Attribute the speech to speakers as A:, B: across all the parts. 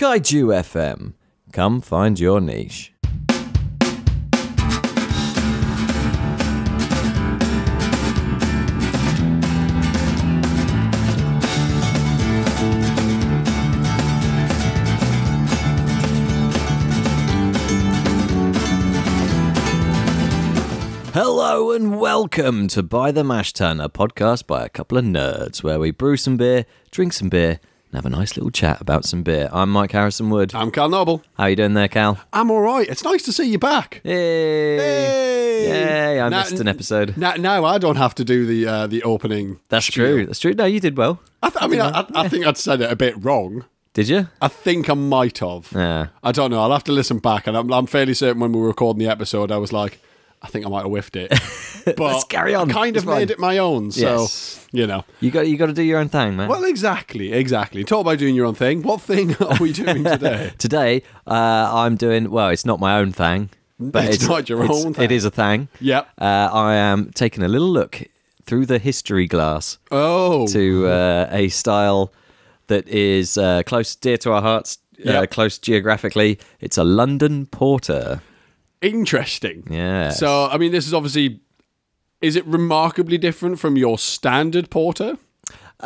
A: Kaiju FM. Come find your niche. Hello and welcome to By the Mash Tun, a podcast by a couple of nerds where we brew some beer, drink some beer, and have a nice little chat about some beer. I'm Mike Harrison Wood.
B: I'm Cal Noble.
A: How you doing there, Cal?
B: I'm all right. It's nice to see you back.
A: Yay! Yay! I
B: Now-
A: missed an episode.
B: Now, now I don't have to do the uh, the opening.
A: That's true. That's true. No, you did well.
B: I, th- I mean, I, I, I think I'd said it a bit wrong.
A: Did you?
B: I think I might have.
A: Yeah.
B: I don't know. I'll have to listen back, and I'm, I'm fairly certain when we were recording the episode, I was like, I think I might have whiffed it. But
A: Let's carry on.
B: I kind of
A: It's fine.
B: made it my own. So
A: Yes.
B: you know.
A: You got you got to do your own thing, man.
B: Well, exactly, exactly. Talk about doing your own thing. What thing are we doing today?
A: Today, uh, I'm doing well. It's not my own thing, but
B: It's not your
A: it's-
B: own thing.
A: It is a thing.
B: Yep.
A: Uh, I am taking a little look through the history glass
B: Oh,
A: to uh, a style that is uh, close, dear to our hearts, uh,
B: Yep.
A: close geographically. It's a London porter.
B: interesting.
A: Yeah.
B: So, I mean, this is obviously. Is it remarkably different from your standard porter?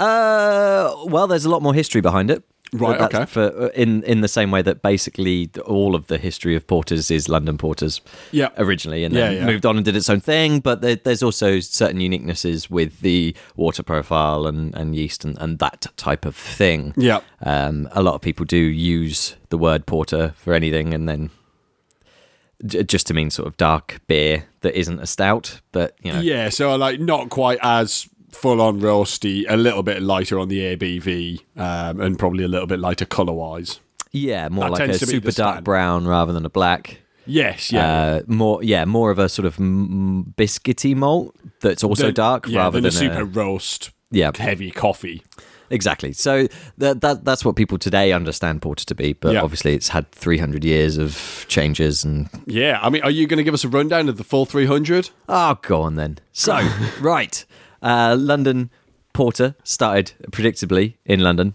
A: Uh, well, there's a lot more history behind it.
B: Right,
A: That's
B: okay.
A: For, uh, in in the same way that basically all of the history of porters is London porters.
B: Yeah.
A: Originally, and then
B: Yeah, yeah.
A: moved on and did its own thing. But there, there's also certain uniquenesses with the water profile and and yeast and, and that type of thing.
B: Yeah.
A: Um, a lot of people do use the word porter for anything, and then j- just to mean sort of dark beer that isn't a stout, but you know,
B: Yeah, so like not quite as full on roasty, a little bit lighter on the ABV, um, and probably a little bit lighter colour wise.
A: yeah, more
B: That
A: like a
B: tends to be the
A: super dark
B: standard.
A: brown rather than a black.
B: Yes, yeah.
A: uh, more yeah more of a sort of m- biscuity malt that's also
B: Than-
A: dark
B: yeah,
A: rather than,
B: a super
A: a,
B: roast,
A: Yeah.
B: heavy coffee.
A: exactly so that, that that's what people today understand porter to be but
B: Yeah.
A: obviously it's had 300 years of changes and
B: Yeah, I mean, are you going to give us a rundown of the full 300?
A: oh go on then so right uh, london porter started predictably in london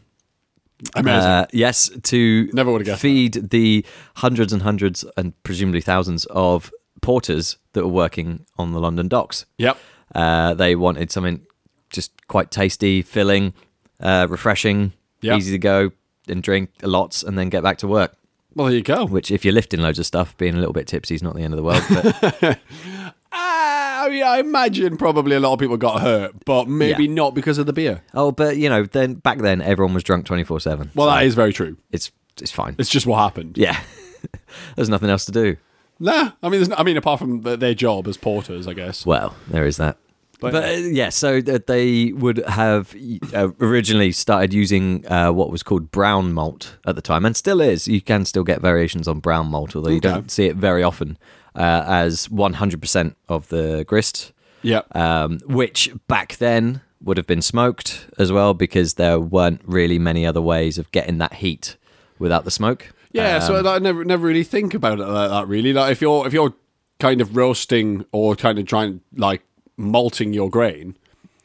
B: Amazing.
A: Uh, yes, to
B: Never would've guessed
A: feed the hundreds and hundreds and presumably thousands of porters that were working on the London docks.
B: yep.
A: Uh, they wanted something just quite tasty, filling, uh, refreshing,
B: Yeah.
A: easy to go and drink lots and then get back to work.
B: Well, there you go.
A: Which, if you're lifting loads of stuff, being a little bit tipsy is not the end of the world. But
B: Ah, I mean, I imagine probably a lot of people got hurt, but maybe
A: Yeah.
B: not because of the beer.
A: oh, but you know, then back then everyone was drunk 24 seven.
B: Well, that is very true.
A: it's it's fine.
B: It's just what happened.
A: yeah, there's nothing else to do.
B: Nah, I mean, there's no, I mean, apart from th their job as porters, I guess.
A: Well, there is that. But,
B: But-
A: uh, yeah, so that they would have uh, originally started using uh, what was called brown malt at the time, and still is. You can still get variations on brown malt, although you don't see it very often, uh, as 100% of the grist,
B: Yep.
A: um, which back then would have been smoked as well, because there weren't really many other ways of getting that heat without the smoke.
B: Yeah, so
A: um,
B: I never never really think about it like that. Really, like if you're if you're kind of roasting or kind of trying like malting your grain,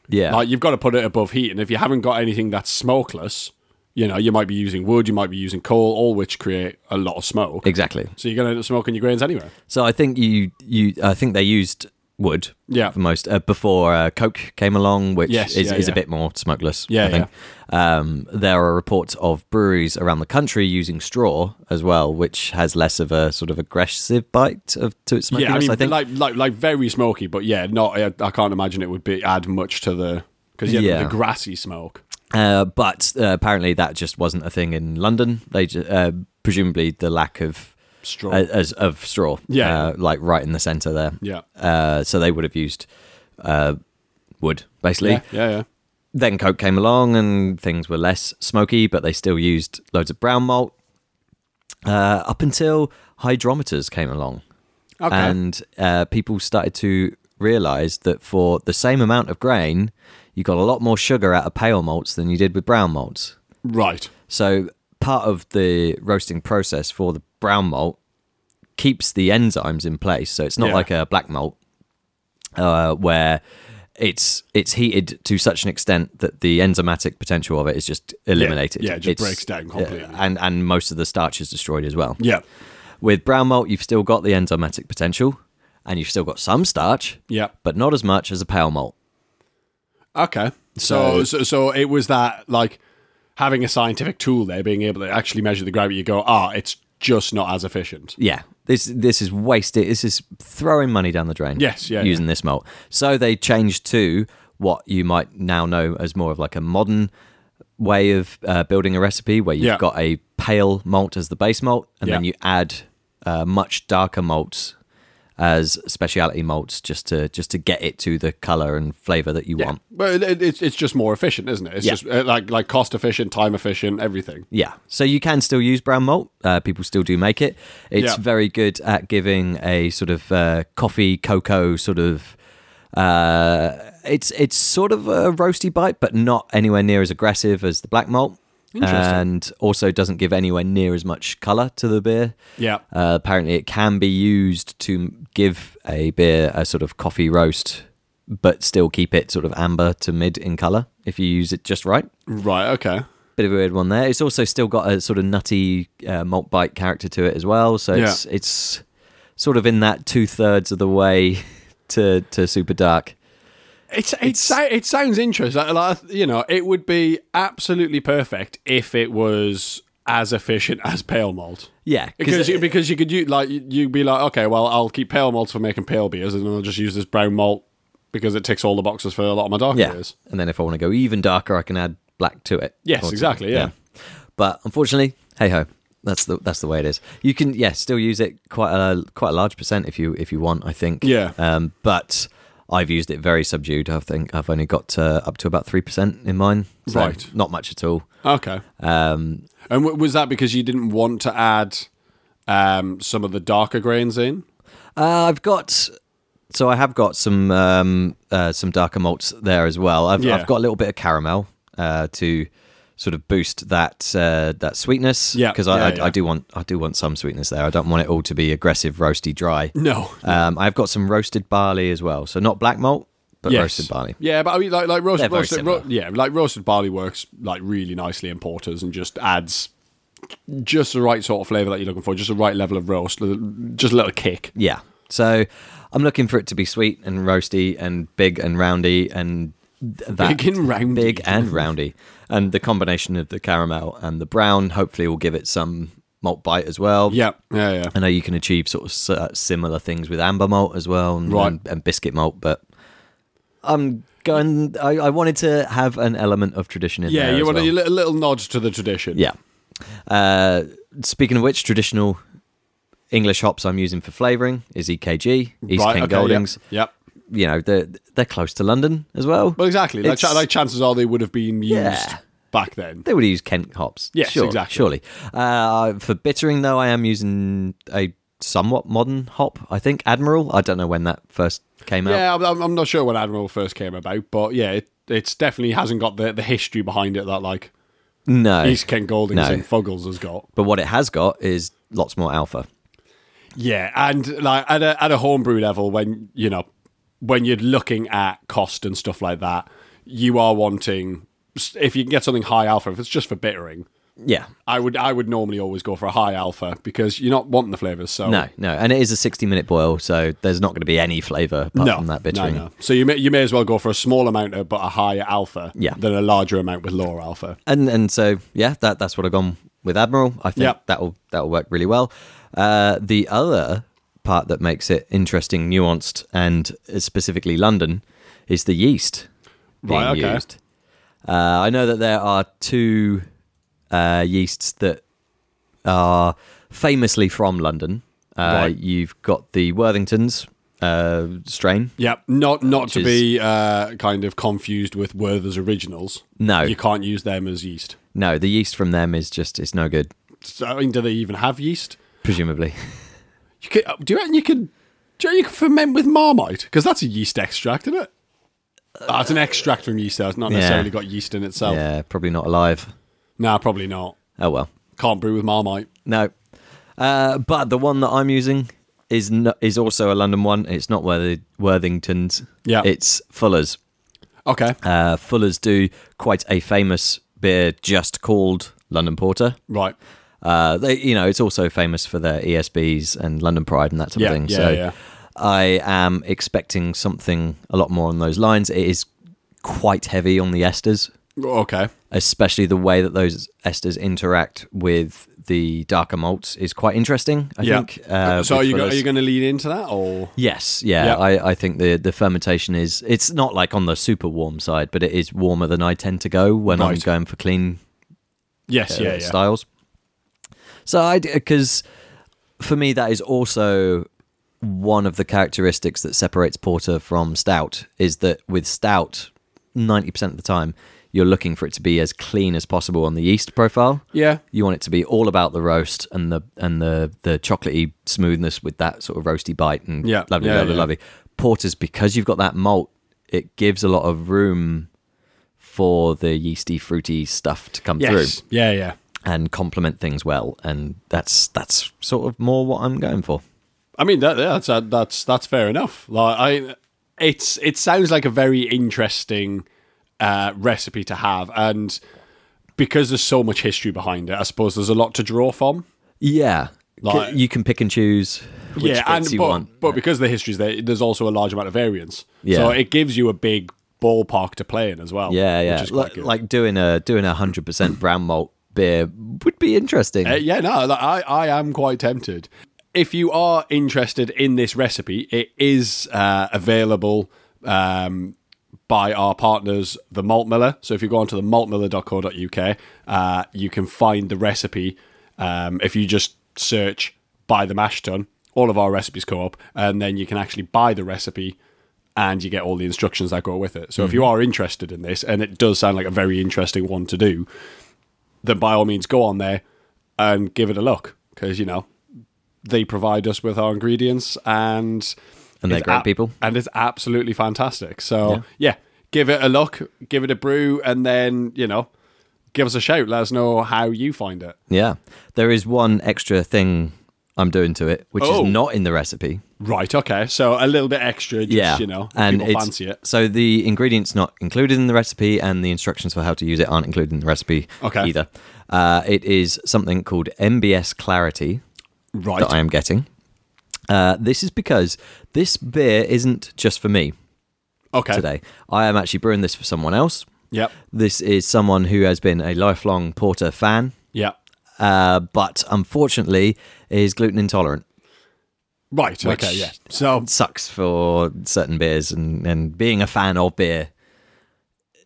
A: Yeah.
B: like you've got to put it above heat, and if you haven't got anything that's smokeless, you know you might be using wood, you might be using coal, all which create a lot of smoke.
A: exactly.
B: So you're gonna end up smoking your grains anyway.
A: So I think you you I think they used wood
B: Yeah.
A: for most uh, before uh, Coke came along, which
B: Yes,
A: is,
B: yeah,
A: is a
B: yeah.
A: bit more smokeless.
B: Yeah,
A: I think. Um, there are reports of breweries around the country using straw as well, which has less of a sort of aggressive bite of to its smokiness.
B: yeah, I mean,
A: think.
B: like like like very smoky, but yeah, not. I, I can't imagine it would be add much to the because yeah,
A: Yeah.
B: the grassy smoke.
A: Uh, but uh, apparently that just wasn't a thing in London. They ju- uh, presumably the lack of
B: Straw.
A: uh, as of straw.
B: Yeah.
A: uh, like right in the centre there.
B: Yeah.
A: Uh, so they would have used uh, wood basically.
B: Yeah, yeah, yeah.
A: then Coke came along and things were less smoky, but they still used loads of brown malt. Uh, up until hydrometers came along,
B: Okay.
A: and uh, people started to realize that for the same amount of grain, you got a lot more sugar out of pale malts than you did with brown malts.
B: right.
A: So part of the roasting process for the brown malt keeps the enzymes in place. So it's not
B: Yeah.
A: like a black malt uh, where it's it's heated to such an extent that the enzymatic potential of it is just eliminated.
B: yeah, it just
A: It's- uh,
B: breaks down completely.
A: and and most of the starch is destroyed as well.
B: Yeah.
A: With brown malt, you've still got the enzymatic potential, and you've still got some starch,
B: Yeah.
A: but not as much as a pale malt.
B: Okay. So, so so it was that like having a scientific tool there, being able to actually measure the gravity. You go, ah, it's just not as efficient.
A: Yeah, this this is wasted. This is throwing money down the drain.
B: Yes, yeah,
A: using this malt. So they changed to what you might now know as more of like a modern way of uh, building a recipe, where you've
B: Yeah.
A: got a pale malt as the base malt, and then
B: Yeah.
A: you add uh, much darker malts as speciality malts, just to just to get it to the color and flavor that you want.
B: But it- it, it's it's just more efficient, isn't it? It's
A: Yeah.
B: just uh, like like cost efficient, time efficient, everything.
A: Yeah, so you can still use brown malt. Uh, people still do make it. It's
B: Yeah.
A: very good at giving a sort of uh, coffee, cocoa sort of. Uh, it's it's sort of a roasty bite, but not anywhere near as aggressive as the black malt, and also doesn't give anywhere near as much color to the beer.
B: Yeah.
A: Uh, apparently, it can be used to give a beer a sort of coffee roast, but still keep it sort of amber to mid in color if you use it just right.
B: Right. Okay.
A: Bit of a weird one there. It's also still got a sort of nutty uh, malt bite character to it as well. So it's it's sort of in that two thirds of the way to to super dark.
B: It's, it, sou- it sounds interesting. Like, like, you know, it would be absolutely perfect if it was as efficient as pale malt.
A: Yeah,
B: Because you, because you could use, like you- you'd be like, okay, well, I'll keep pale malts for making pale beers, and then I'll just use this brown malt because it ticks all the boxes for a lot of my dark
A: yeah.
B: beers.
A: And then if I want to go even darker, I can add black to it.
B: Yes,
A: Or to-
B: exactly, yeah.
A: But unfortunately, hey ho, that's the that's the way it is. You can yeah still use it quite a quite a large percent if you if you want. I think
B: Yeah.
A: Um, but I've used it very subdued. I think I've only got uh, up to about three percent in mine. So
B: Right.
A: Not much at all.
B: Okay.
A: Um,
B: And w- was that because you didn't want to add um, some of the darker grains in?
A: Uh, I've got. So I have got some um, uh, some darker malts there as well. I've,
B: Yeah.
A: I've got a little bit of caramel uh, to sort of boost that uh, that sweetness.
B: Yeah,
A: because I,
B: yeah,
A: I,
B: yeah.
A: I do want I do want some sweetness there. I don't want it all to be aggressive, roasty, dry.
B: No.
A: Um, I've got some roasted barley as well. So not black malt, but
B: Yes.
A: roasted barley.
B: Yeah, but I mean, like like roasted,
A: They're very
B: roasted ro-
A: similar.
B: yeah, like roasted barley works like really nicely in porters and just adds just the right sort of flavor that you're looking for, just the right level of roast, just a little kick.
A: Yeah. So I'm looking for it to be sweet and roasty and big and roundy and th- that
B: Big and roundy.
A: big and roundy. And the combination of the caramel and the brown hopefully will give it some malt bite as well.
B: Yeah, yeah, yeah.
A: I know you can achieve sort of s- uh, similar things with amber malt as well and,
B: Right.
A: and, and biscuit malt, but I'm going. I, I wanted to have an element of tradition in
B: Yeah,
A: there.
B: you
A: as
B: want
A: well.
B: a little, little nod to the tradition.
A: Yeah. Uh, speaking of which, traditional English hops I'm using for flavouring is EKG, East Kent
B: yep,
A: Goldings.
B: Yep.
A: You know, they're, they're close to London as well.
B: Well, exactly. Like,
A: It's-
B: cha- like chances are they would have been used
A: Yeah.
B: back then.
A: They would use Kent hops.
B: Yes,
A: sure,
B: exactly.
A: Surely. Uh, for bittering, though, I am using a somewhat modern hop, I think, Admiral. I don't know when that first came out.
B: Yeah, I'm- I'm, I'm not sure when Admiral first came about, but yeah, it it's definitely hasn't got the, the history behind it that like
A: No.
B: East Kent Goldings
A: No.
B: and Fuggles has got.
A: But what it has got is lots more alpha.
B: Yeah, and like at a at a homebrew level, when you know when you're looking at cost and stuff like that, you are wanting if you can get something high alpha, if it's just for bittering,
A: Yeah.
B: I would I would normally always go for a high alpha because you're not wanting the flavors. So
A: No, no. And it is a 60 minute boil, so there's not going to be any flavour apart
B: no,
A: from that
B: no,
A: bittering.
B: no. So you may you may as well go for a small amount of, but a higher alpha
A: Yeah.
B: than a larger amount with lower alpha.
A: and and so yeah, that that's what I've gone with Admiral. I think
B: Yep.
A: that'll that'll work really well. Uh, the other part that makes it interesting, nuanced, and specifically London is the yeast being
B: Right, okay.
A: used. Uh, I know that there are two uh, yeasts that are famously from London. Uh,
B: Right.
A: You've got the Worthingtons uh, strain.
B: Yep, not not to
A: is-
B: be uh, kind of confused with Werther's originals.
A: No.
B: you can't use them as yeast.
A: No, the yeast from them is just it's no good,
B: So, I mean, do they even have yeast?
A: presumably.
B: You could, uh, do you reckon you could? Do you reckon you could ferment with Marmite? Because that's a yeast extract, isn't it? That's an extract from yeast. That's not necessarily got yeast in itself.
A: Uh, yeah, probably not alive.
B: Nah, probably not.
A: Oh well.
B: Can't brew with Marmite.
A: No. Uh, but the one that I'm using is no, is also a London one. It's not Worthy, Worthington's.
B: Yeah.
A: It's Fuller's.
B: Okay.
A: Uh, Fuller's do quite a famous beer just called London Porter.
B: Right.
A: Uh, they, you know, it's also famous for their ESBs and London Pride and that sort
B: Yeah,
A: of thing.
B: yeah,
A: so
B: yeah.
A: I am expecting something a lot more on those lines. It is quite heavy on the esters,
B: Okay.
A: especially the way that those esters interact with the darker malts is quite interesting. I
B: yeah.
A: think. Uh,
B: so are
A: with
B: you go, are
A: Fuller's.
B: you going to lean into that or?
A: Yes, yeah.
B: Yeah.
A: I, I think the, the fermentation is it's not like on the super warm side, but it is warmer than I tend to go when I'm
B: Right.
A: going for clean
B: Yes.
A: uh,
B: yeah. Yeah.
A: styles. So I because for me that is also one of the characteristics that separates porter from stout is that with stout 90% of the time you're looking for it to be as clean as possible on the yeast profile.
B: Yeah.
A: You want it to be all about the roast and the and the the chocolatey smoothness with that sort of roasty bite and
B: Yeah,
A: lovely,
B: yeah,
A: lovely,
B: yeah.
A: lovely. Porters because you've got that malt, it gives a lot of room for the yeasty, fruity stuff to come
B: Yes.
A: through
B: Yeah. Yeah.
A: and complement things well. And that's that's sort of more what I'm going for.
B: I mean that that's uh, that's that's fair enough. Like I, it's it sounds like a very interesting uh, recipe to have, and because there's so much history behind it, I suppose there's a lot to draw from.
A: Yeah, C-
B: Like-
A: you can pick and choose which
B: yeah, and
A: bits you
B: but,
A: want.
B: but because the history's there, there's also a large amount of variance.
A: Yeah.
B: So it gives you a big ballpark to play in as well.
A: Yeah, yeah.
B: Which is quite
A: Like,
B: good.
A: like doing a doing a hundred percent brown malt beer would be interesting.
B: Uh, yeah, no, like, I, I am quite tempted. If you are interested in this recipe, it is uh, available um, by our partners, The Malt Miller. So if you go onto themaltmiller.co.uk, uh, you can find the recipe. Um, if you just search by the mash tun, all of our recipes go up, and then you can actually buy the recipe and you get all the instructions that go with it. So if you are interested in this, and it does sound like a very interesting one to do, then by all means go on there and give it a look because you know they provide us with our ingredients and
A: And they're
B: it's
A: great people.
B: and it's absolutely fantastic so yeah. give it a look give it a brew and then you know give us a shout let us know how you find it
A: Yeah. There is one extra thing I'm doing to it, which
B: Oh.
A: is not in the recipe.
B: right okay so a little bit extra just
A: Yeah.
B: you know if
A: and
B: people
A: it's-
B: fancy it
A: So the ingredients not included in the recipe and the instructions for how to use it aren't included in the recipe
B: Okay.
A: either. Uh, it is something called MBS Clarity
B: right
A: that I am getting. Uh, this is because this beer isn't just for me
B: okay
A: today. I am actually brewing this for someone else.
B: yep
A: This is someone who has been a lifelong Porter fan,
B: yep
A: uh, but unfortunately is gluten intolerant.
B: right okay yeah so
A: sucks for certain beers and, and being a fan of beer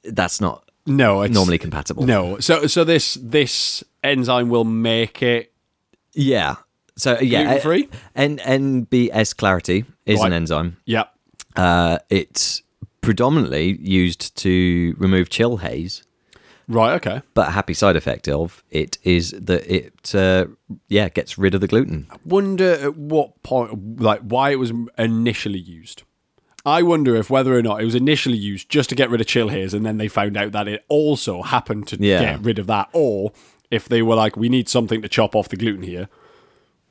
A: that's not
B: no it's
A: normally compatible
B: no so so this this enzyme will make it
A: yeah so yeah
B: Gluten-free?
A: and nbs clarity is an
B: Right.
A: enzyme
B: yep
A: uh, it's predominantly used to remove chill haze
B: right okay
A: but a happy side effect of it is that it uh, yeah gets rid of the gluten
B: wonder at what point, like, why it was initially used. I wonder if whether or not it was initially used just to get rid of chill haze, and then they found out that it also happened to
A: Yeah.
B: get rid of that, or if they were like, we need something to chop off the gluten here.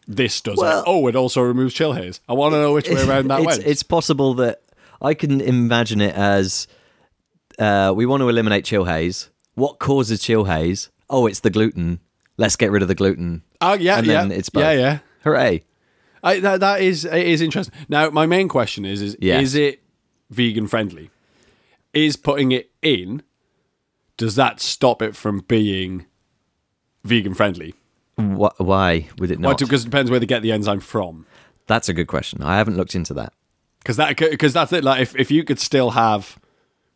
B: This does
A: Well-
B: it. Oh, it also removes chill haze. I want to know which way around that
A: it's,
B: went.
A: it's possible that I can imagine it as uh, we want to eliminate chill haze. What causes chill haze? Oh, it's the gluten. Let's get rid of the gluten.
B: oh yeah,
A: and
B: yeah,
A: then it's both.
B: yeah, yeah.
A: Hooray!
B: I, that, that is it is interesting. Now, my main question is: is
A: Yes.
B: is it vegan friendly? Is putting it in does that stop it from being vegan friendly?
A: Wh- why would it not?
B: Because it depends where they get the enzyme from.
A: That's a good question. I haven't looked into that.
B: Because that because that's it. Like if, if you could still have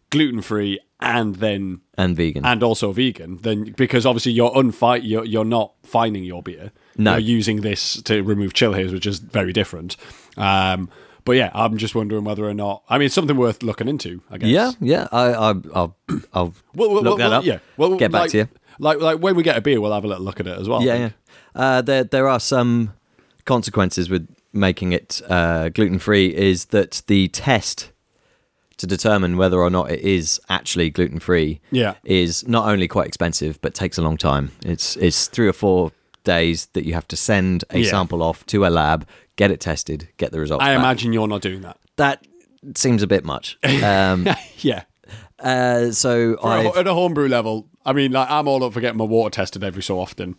B: gluten free and then
A: And vegan.
B: and also vegan, then because obviously you're unfight you're you're not finding your beer.
A: No.
B: You're using this to remove chill haze, which is very different. Um but yeah, I'm just wondering whether or not I mean it's something worth looking into, I guess.
A: yeah, yeah. I, I, I'll, I'll look that up.
B: Yeah. Well,
A: get back
B: like,
A: to you.
B: Like like when we get a beer, we'll have a little look at it as well. I
A: Yeah, yeah.
B: think.
A: Uh, there, there are some consequences with making it uh, gluten free. Is that the test to determine whether or not it is actually gluten free?
B: Yeah.
A: is not only quite expensive but takes a long time. It's it's three or four days that you have to send a
B: Yeah.
A: sample off to a lab, get it tested, get the results.
B: I
A: back.
B: imagine you're not doing that.
A: that seems a bit much. Um,
B: yeah.
A: Uh, so
B: For a-
A: I
B: at a homebrew level, I mean, like I'm all up for getting my water tested every so often,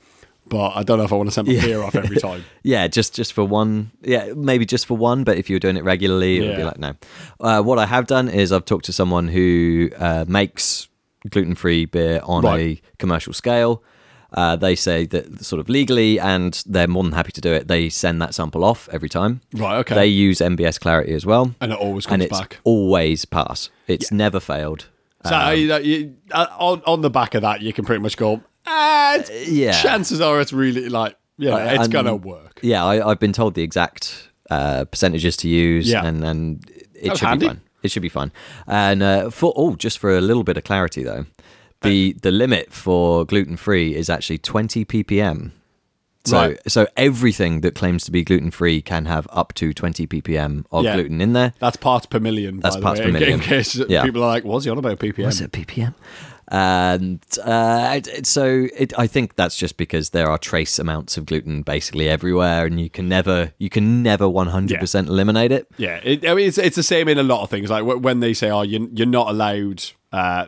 B: but I don't know if I want to send my beer off every time.
A: yeah, just just for one. Yeah, maybe just for one. But if you were doing it regularly, it would be
B: Yeah.
A: like no. Uh, what I have done is I've talked to someone who uh, makes gluten-free beer on
B: Right.
A: a commercial scale. Uh, they say that sort of legally, and they're more than happy to do it. They send that sample off every time.
B: Right, okay.
A: They use MBS Clarity as well,
B: And it always
A: and
B: comes
A: it's
B: back.
A: always pass. It's never failed.
B: So
A: Um,
B: you know, you, uh, on on the back of that, you can pretty much go, ah, it's,
A: Uh, yeah.
B: Chances are it's really like, yeah,
A: I-
B: it's
A: I'm-
B: gonna work.
A: Yeah, I, I've been told the exact uh, percentages to use,
B: Yeah.
A: and and it
B: was
A: should
B: handy.
A: be fine. It should be fine. And uh, for oh, just for a little bit of clarity though, the the limit for gluten free is actually 20 ppm. So
B: Right.
A: so everything that claims to be gluten free can have up to 20 ppm of
B: Yeah.
A: gluten in there.
B: That's parts per million.
A: That's
B: by the
A: parts
B: way,
A: per
B: in-
A: million.
B: In case
A: Yeah.
B: people are like, "What's he on about PPM?"
A: Was it ppm? And uh, it- it- so it, I think that's just because there are trace amounts of gluten basically everywhere, and you can never you can never 100 percent eliminate it.
B: Yeah, it, I mean, it's it's the same in a lot of things. Like wh- when they say, "Oh, you you're not allowed uh,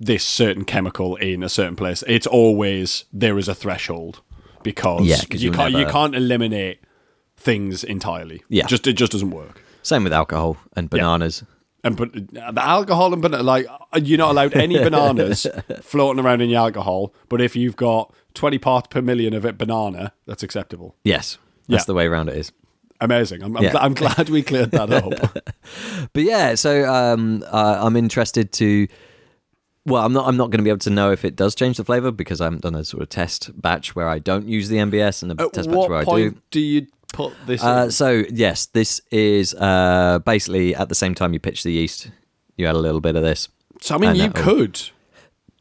B: this certain chemical in a certain place," it's always there is a threshold because
A: Yeah, 'cause
B: you
A: you'll
B: can't you
A: never-
B: can't eliminate things entirely.
A: Yeah.
B: just it just doesn't work.
A: Same with alcohol and bananas.
B: And but the alcohol and banana, like you're not allowed any bananas floating around in your alcohol. But if you've got 20 parts per million of it banana, that's acceptable.
A: Yes, that's
B: Yeah.
A: the way around it is.
B: Amazing. I'm, I'm,
A: Yeah.
B: gl- I'm glad we cleared that up.
A: But yeah, so um, uh, I'm interested to. Well, I'm not. I'm not going to be able to know if it does change the flavor because I haven't done a sort of test batch where I don't use the MBS and a
B: At
A: test batch where
B: what
A: I do.
B: point do you put this?
A: Uh,
B: in?
A: so yes, this is uh, basically at the same time you pitch the yeast, you add a little bit of this.
B: So I mean,
A: and
B: you
A: that'll-
B: could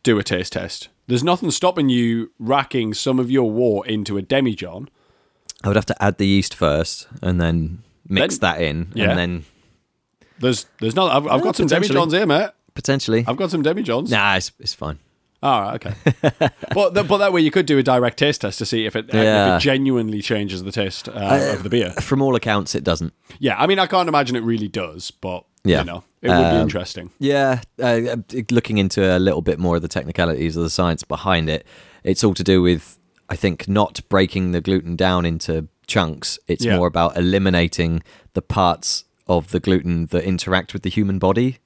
B: do a taste test. There's nothing stopping you racking some of your wort into a demijohn.
A: I would have to add the yeast first and then mix
B: Then-
A: that in,
B: yeah.
A: and then
B: There's there's not. I've, I've got some
A: potentially.
B: demijohns here, mate.
A: potentially.
B: I've got some demijohns.
A: Nah, it's, it's fine.
B: All right, okay. but th- but that way you could do a direct taste test to see if it,
A: Yeah.
B: if it genuinely changes the taste uh, of the beer.
A: From all accounts, it doesn't.
B: Yeah, I mean, I can't imagine it really does, but
A: Yeah.
B: you know, it would be
A: Um,
B: interesting.
A: Yeah, uh, looking into a little bit more of the technicalities of the science behind it, it's all to do with, I think, not breaking the gluten down into chunks. It's
B: Yeah.
A: more about eliminating the parts of the gluten that interact with the human body.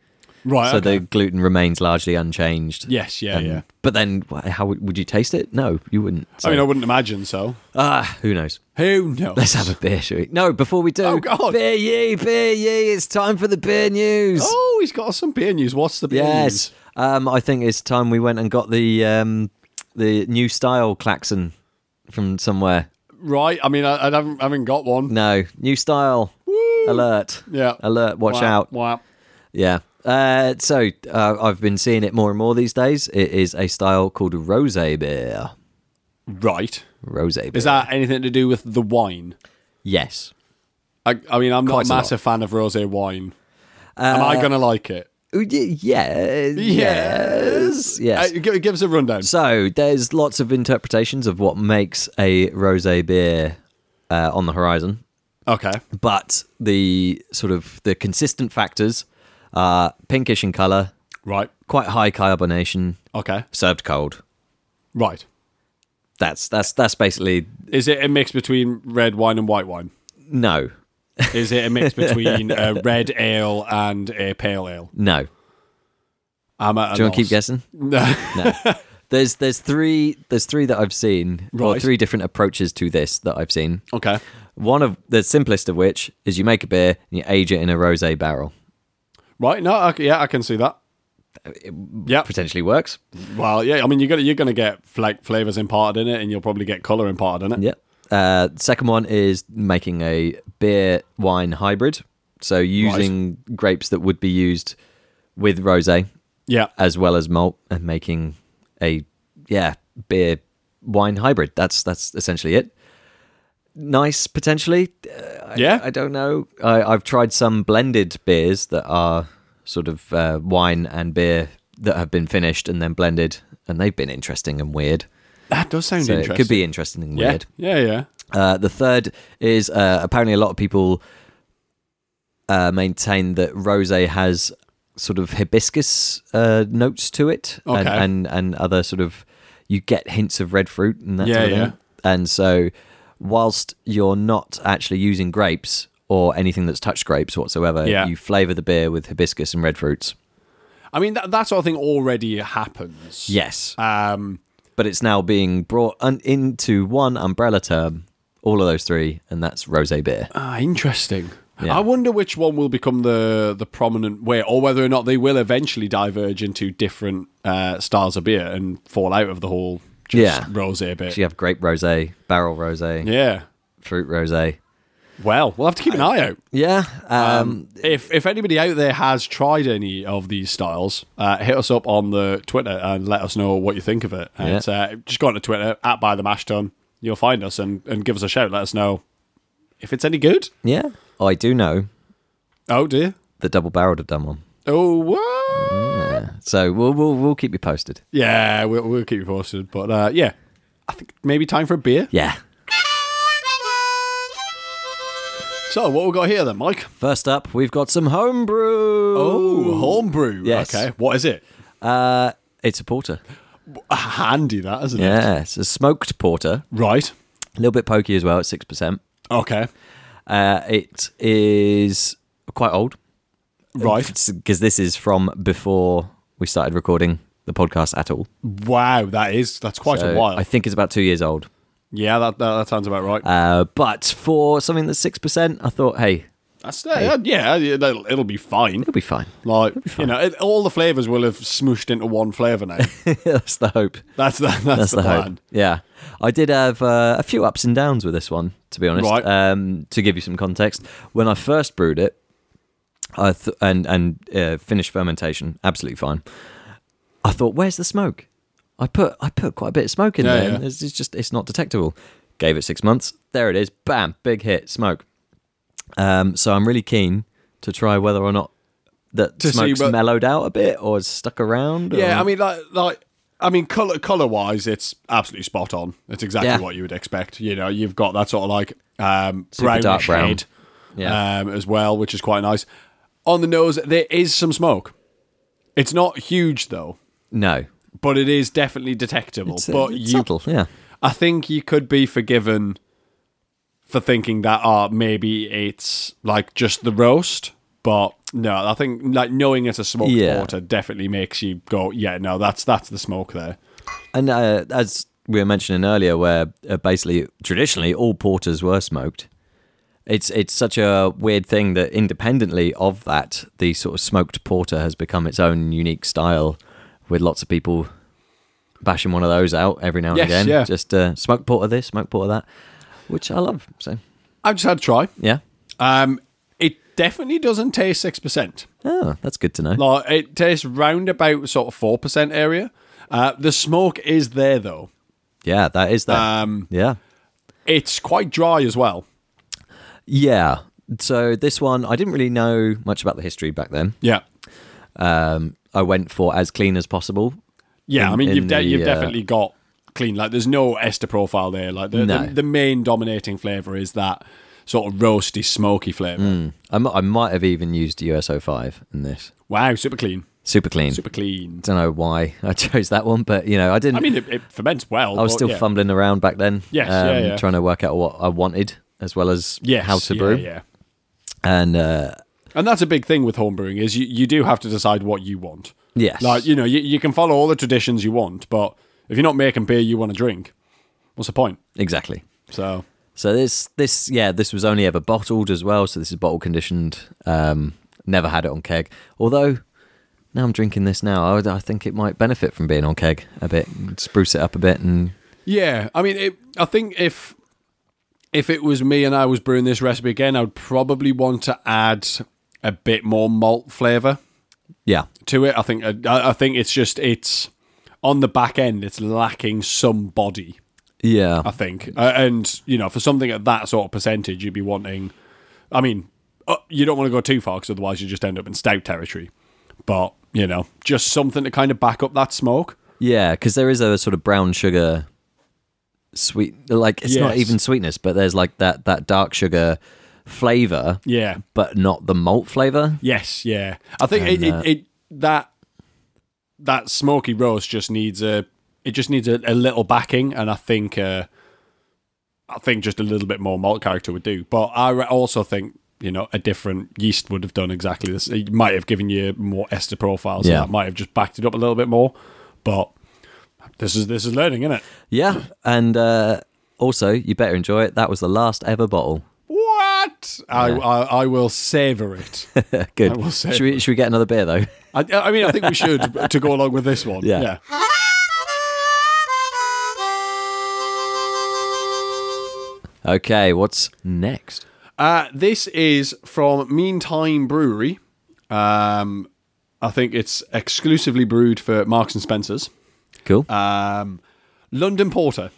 B: Right.
A: So
B: Ah,
A: um,
B: okay.
A: the gluten remains largely unchanged.
B: Yes, yeah, yeah.
A: But then, wh- how would would you taste it? No, you wouldn't.
B: I
A: So-
B: mean, I wouldn't imagine so.
A: ah, who knows?
B: Who knows?
A: Let's have a beer, shall we? No, before we do,
B: Oh, God.
A: beer ye, beer ye, it's time for the beer news.
B: oh, he's got us some beer news. What's the beer
A: Yes.
B: news?
A: Um, I think it's time we went and got the um, the new style klaxon from somewhere.
B: Right. I mean, I, I haven't, I haven't got one.
A: No, new style alert.
B: Yeah.
A: Alert, watch
B: Wah,
A: out.
B: wah.
A: Yeah. Uh, so uh, I've been seeing it more and more these days. It is a style called rosé beer.
B: Right.
A: Rosé beer.
B: Is that anything to do with the wine?
A: Yes.
B: I, I mean, I'm
A: Quite a
B: not a
A: lot. Uh,
B: massive fan of rosé wine. Am I going to like it?
A: Ooh, y- yeah. Yes. Oh, Yes.
B: Uh, give, give us a rundown.
A: So there's lots of interpretations of what makes a rosé beer uh, on the horizon.
B: Okay.
A: but the sort of the consistent factors are pinkish in color,
B: Right.
A: quite high carbonation,
B: Okay.
A: served cold.
B: Right.
A: That's that's that's basically
B: Is it a mix between red wine and white wine?
A: no,
B: Is it a mix between a red ale and a pale ale?
A: no.
B: I'm at a
A: Do you want to keep
B: loss.
A: guessing?
B: No.
A: No. there's there's three there's three that I've seen, or
B: Right.
A: three different approaches to this that I've seen.
B: okay.
A: One of the simplest of which is you make a beer and you age it in a rosé barrel.
B: Right. No. Okay, yeah, I can see that.
A: Uh,
B: Yeah.
A: Potentially works.
B: Well, yeah. I mean, you're gonna you're gonna get like flavors imparted in it, and you'll probably get color imparted in it.
A: Yeah. Uh, second one is making a beer wine hybrid. So using grapes that would be used with rosé
B: Yeah.
A: as well as malt and making a yeah, beer wine hybrid. That's that's essentially it. Nice potentially. Uh, I-
B: Yeah.
A: I, don't know. I, I've tried some blended beers that are sort of uh, wine and beer that have been finished and then blended, and they've been interesting and weird.
B: That does sound
A: So it
B: interesting.
A: could be interesting and
B: yeah.
A: weird.
B: Yeah. Yeah.
A: Uh, the third is uh, apparently a lot of people uh, maintain that rosé has sort of hibiscus uh, notes to it, and,
B: Okay.
A: and and other sort of you get hints of red fruit and that
B: Yeah,
A: sort of
B: yeah.
A: thing. And so, whilst you're not actually using grapes or anything that's touched grapes whatsoever,
B: Yeah.
A: you flavour the beer with hibiscus and red fruits.
B: I mean, that, that sort of thing already happens.
A: Yes,
B: Um,
A: but it's now being brought un- into one umbrella term, all of those three, and that's rosé beer.
B: ah, interesting.
A: Yeah.
B: I wonder which one will become the the prominent way, or whether or not they will eventually diverge into different uh, styles of beer and fall out of the whole just
A: Yeah.
B: rosé bit.
A: So you have grape rosé, barrel rosé,
B: Yeah.
A: fruit rosé.
B: Well, we'll have to keep an eye out.
A: Yeah, um,
B: Um, if if anybody out there has tried any of these styles, uh, hit us up on the Twitter and let us know what you think of it. And uh, just go on to Twitter at by the mash tun. You'll find us and, and give us a shout. Let us know if it's any good.
A: yeah. I do know
B: Oh dear.
A: that double barreled have done one.
B: Oh what?
A: So we'll we'll we'll keep you posted.
B: Yeah, we'll, we'll keep you posted. But uh, yeah, I think maybe time for a beer.
A: Yeah.
B: So what we got here then, Mike?
A: First up, we've got some homebrew.
B: Oh, homebrew.
A: Yes.
B: Okay. What is it? Ah,
A: Uh, it's a porter.
B: Handy that, isn't it?
A: Yeah, it's a smoked porter.
B: Right.
A: A little bit pokey as well at six percent.
B: Okay.
A: Uh, it is quite old
B: Right.
A: because this is from before we started recording the podcast at all.
B: Wow, that is that's quite a
A: So
B: while.
A: I think it's about two years old.
B: yeah, that, that that sounds about right.
A: Uh, but for something that's six percent, I thought, hey,
B: That's uh, yeah, yeah, yeah, it'll, it'll be fine.
A: it'll be fine.
B: Like you know, it, all the flavors will have smooshed into one flavor now.
A: that's the hope.
B: That's the that's,
A: That's
B: the,
A: the
B: plan.
A: hope. Yeah, I did have uh, a few ups and downs with this one, to be honest.
B: Right.
A: Um, to give you some context, when I first brewed it, I th- and and uh, finished fermentation, absolutely fine. I thought, where's the smoke? I put I put quite a bit of smoke in
B: Yeah,
A: there.
B: yeah.
A: and It's, it's just it's not detectable. Gave it six months. There it is. Bam, big hit, smoke. Um, so I'm really keen to try whether or not that
B: To see
A: smoke's
B: what-
A: mellowed out a bit or is stuck around.
B: Yeah,
A: or-
B: I mean, like like I mean, color color wise, it's absolutely spot on. It's exactly
A: Yeah.
B: what you would expect. You know, you've got that sort of like um,
A: Super
B: brownish
A: dark brown.
B: head,
A: Yeah.
B: um, as well, which is quite nice. On the nose, there is some smoke. It's not huge though,
A: no,
B: but it is definitely detectable.
A: it's,
B: but
A: it's
B: you
A: subtle. Yeah.
B: I think you could be forgiven for thinking that uh maybe it's like just the roast, but no, I think like knowing it's a smoked
A: Yeah.
B: porter definitely makes you go, yeah, no, that's that's the smoke there.
A: And uh, as we were mentioning earlier, where uh, basically traditionally all porters were smoked, it's it's such a weird thing that independently of that, the sort of smoked porter has become its own unique style, with lots of people bashing one of those out every now and
B: Yes,
A: again.
B: yeah.
A: Just uh, smoke porter this, smoke porter that, which I love. So
B: I've just had a try.
A: yeah,
B: Um, it definitely doesn't taste six percent.
A: oh, that's good to know.
B: Like it tastes round about sort of four percent area. Uh, the smoke is there though.
A: yeah, that is that.
B: Um,
A: yeah,
B: it's quite dry as well.
A: yeah. So this one, I didn't really know much about the history back then.
B: Yeah,
A: Um, I went for as clean as possible
B: Yeah, I
A: in-
B: mean,
A: in
B: you've de-
A: the,
B: you've
A: uh,
B: definitely got clean. Like, there's no ester profile there. Like, the,
A: No.
B: the, the main dominating flavor is that sort of roasty, smoky flavor.
A: I mi- I might have even used USO five in this.
B: Wow, super clean,
A: Super clean.
B: super clean.
A: Don't know why I chose that one, but you know, I didn't.
B: I
A: I,
B: mean, it, it ferments well.
A: was
B: but
A: still
B: yeah.
A: fumbling around back then. um,
B: Yes, yeah, yeah.
A: Trying to work out what I wanted as well as
B: Yes,
A: how to
B: yeah,
A: brew.
B: Yeah,
A: And uh,
B: and that's a big thing with home brewing is you, you do have to decide what you want.
A: yes,
B: Like, you know, you, you can follow all the traditions you want, but if you're not making beer you want to drink, what's the point?
A: exactly.
B: So
A: So this, this, yeah, this was only ever bottled as well. So this is bottle conditioned. Um, never had it on keg. Although now I'm drinking this now, I, would- I think it might benefit from being on keg a bit, spruce it up a bit, and
B: Yeah, I mean, it, I think if if it was me and I was brewing this recipe again, I would probably want to add a bit more malt flavor
A: yeah,
B: to it. I think I, I think it's just it's on the back end, it's lacking some body.
A: yeah,
B: I think, uh, and you know, for something at that sort of percentage, you'd be wanting. I mean, uh, you don't want to go too far because otherwise you just end up in stout territory. But you know, just something to kind of back up that smoke.
A: Yeah, because there is a sort of brown sugar sweet, like it's not
B: Yes.
A: even sweetness, but there's like that that dark sugar flavor,
B: Yeah,
A: but not the malt flavor. uh,
B: Yes, yeah. I think it, it, it that that smoky roast just needs a it just needs a, a little backing, and I think uh, I think just a little bit more malt character would do. But I re- also think you know a different yeast would have done exactly this. It might have given you more ester profiles.
A: Yeah.
B: and that might have just backed it up a little bit more. But this is this is learning, isn't it?
A: Yeah, and uh, also you better enjoy it. That was the last ever bottle.
B: What? I, I I will savor it.
A: Good.
B: I will say-
A: should, we, should we get another beer though?
B: I, I mean, I think we should to go along with this one.
A: Yeah. okay, what's next?
B: Uh, this is from Meantime Brewery. Um, I think it's exclusively brewed for Marks and Spencers.
A: Cool.
B: Um, London Porter.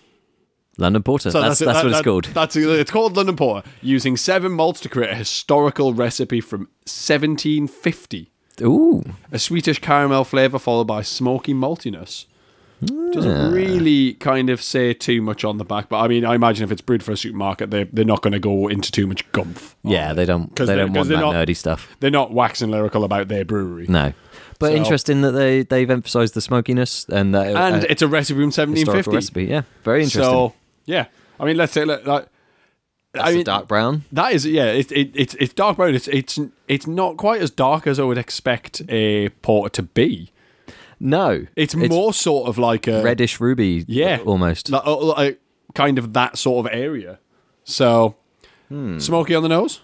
A: London Porter. that's
B: it.
A: that's what
B: That-
A: it's
B: that-
A: called.
B: That's it's called London Porter, using seven malts to create a historical recipe from 1750.
A: Ooh.
B: a sweetish caramel flavour followed by smoky maltiness. Doesn't really kind of say too much on the back, but I mean, I imagine if it's brewed for a supermarket, they they're not going to go into too much gumph.
A: Yeah, they don't
B: Oh, 'Cause
A: they
B: they're-
A: don't
B: 'cause
A: want
B: they're
A: that
B: not-
A: nerdy stuff.
B: They're not waxing lyrical about their brewery.
A: No. But
B: So-
A: interesting that they they've emphasized the smokiness and that
B: And
A: uh,
B: it's a recipe from 1750.
A: historical recipe. Yeah, very interesting.
B: So, yeah. I mean, let's say, look, like,
A: that's
B: I
A: the
B: mean,
A: dark brown.
B: that is, yeah, it, it, it's it's dark brown. It's, it's, it's not quite as dark as I would expect a porter to be.
A: No,
B: It's, more sort of like a.
A: reddish ruby.
B: uh, Yeah,
A: almost.
B: Like, uh, like, kind of that sort of area. So,
A: Hmm.
B: smoky on the nose.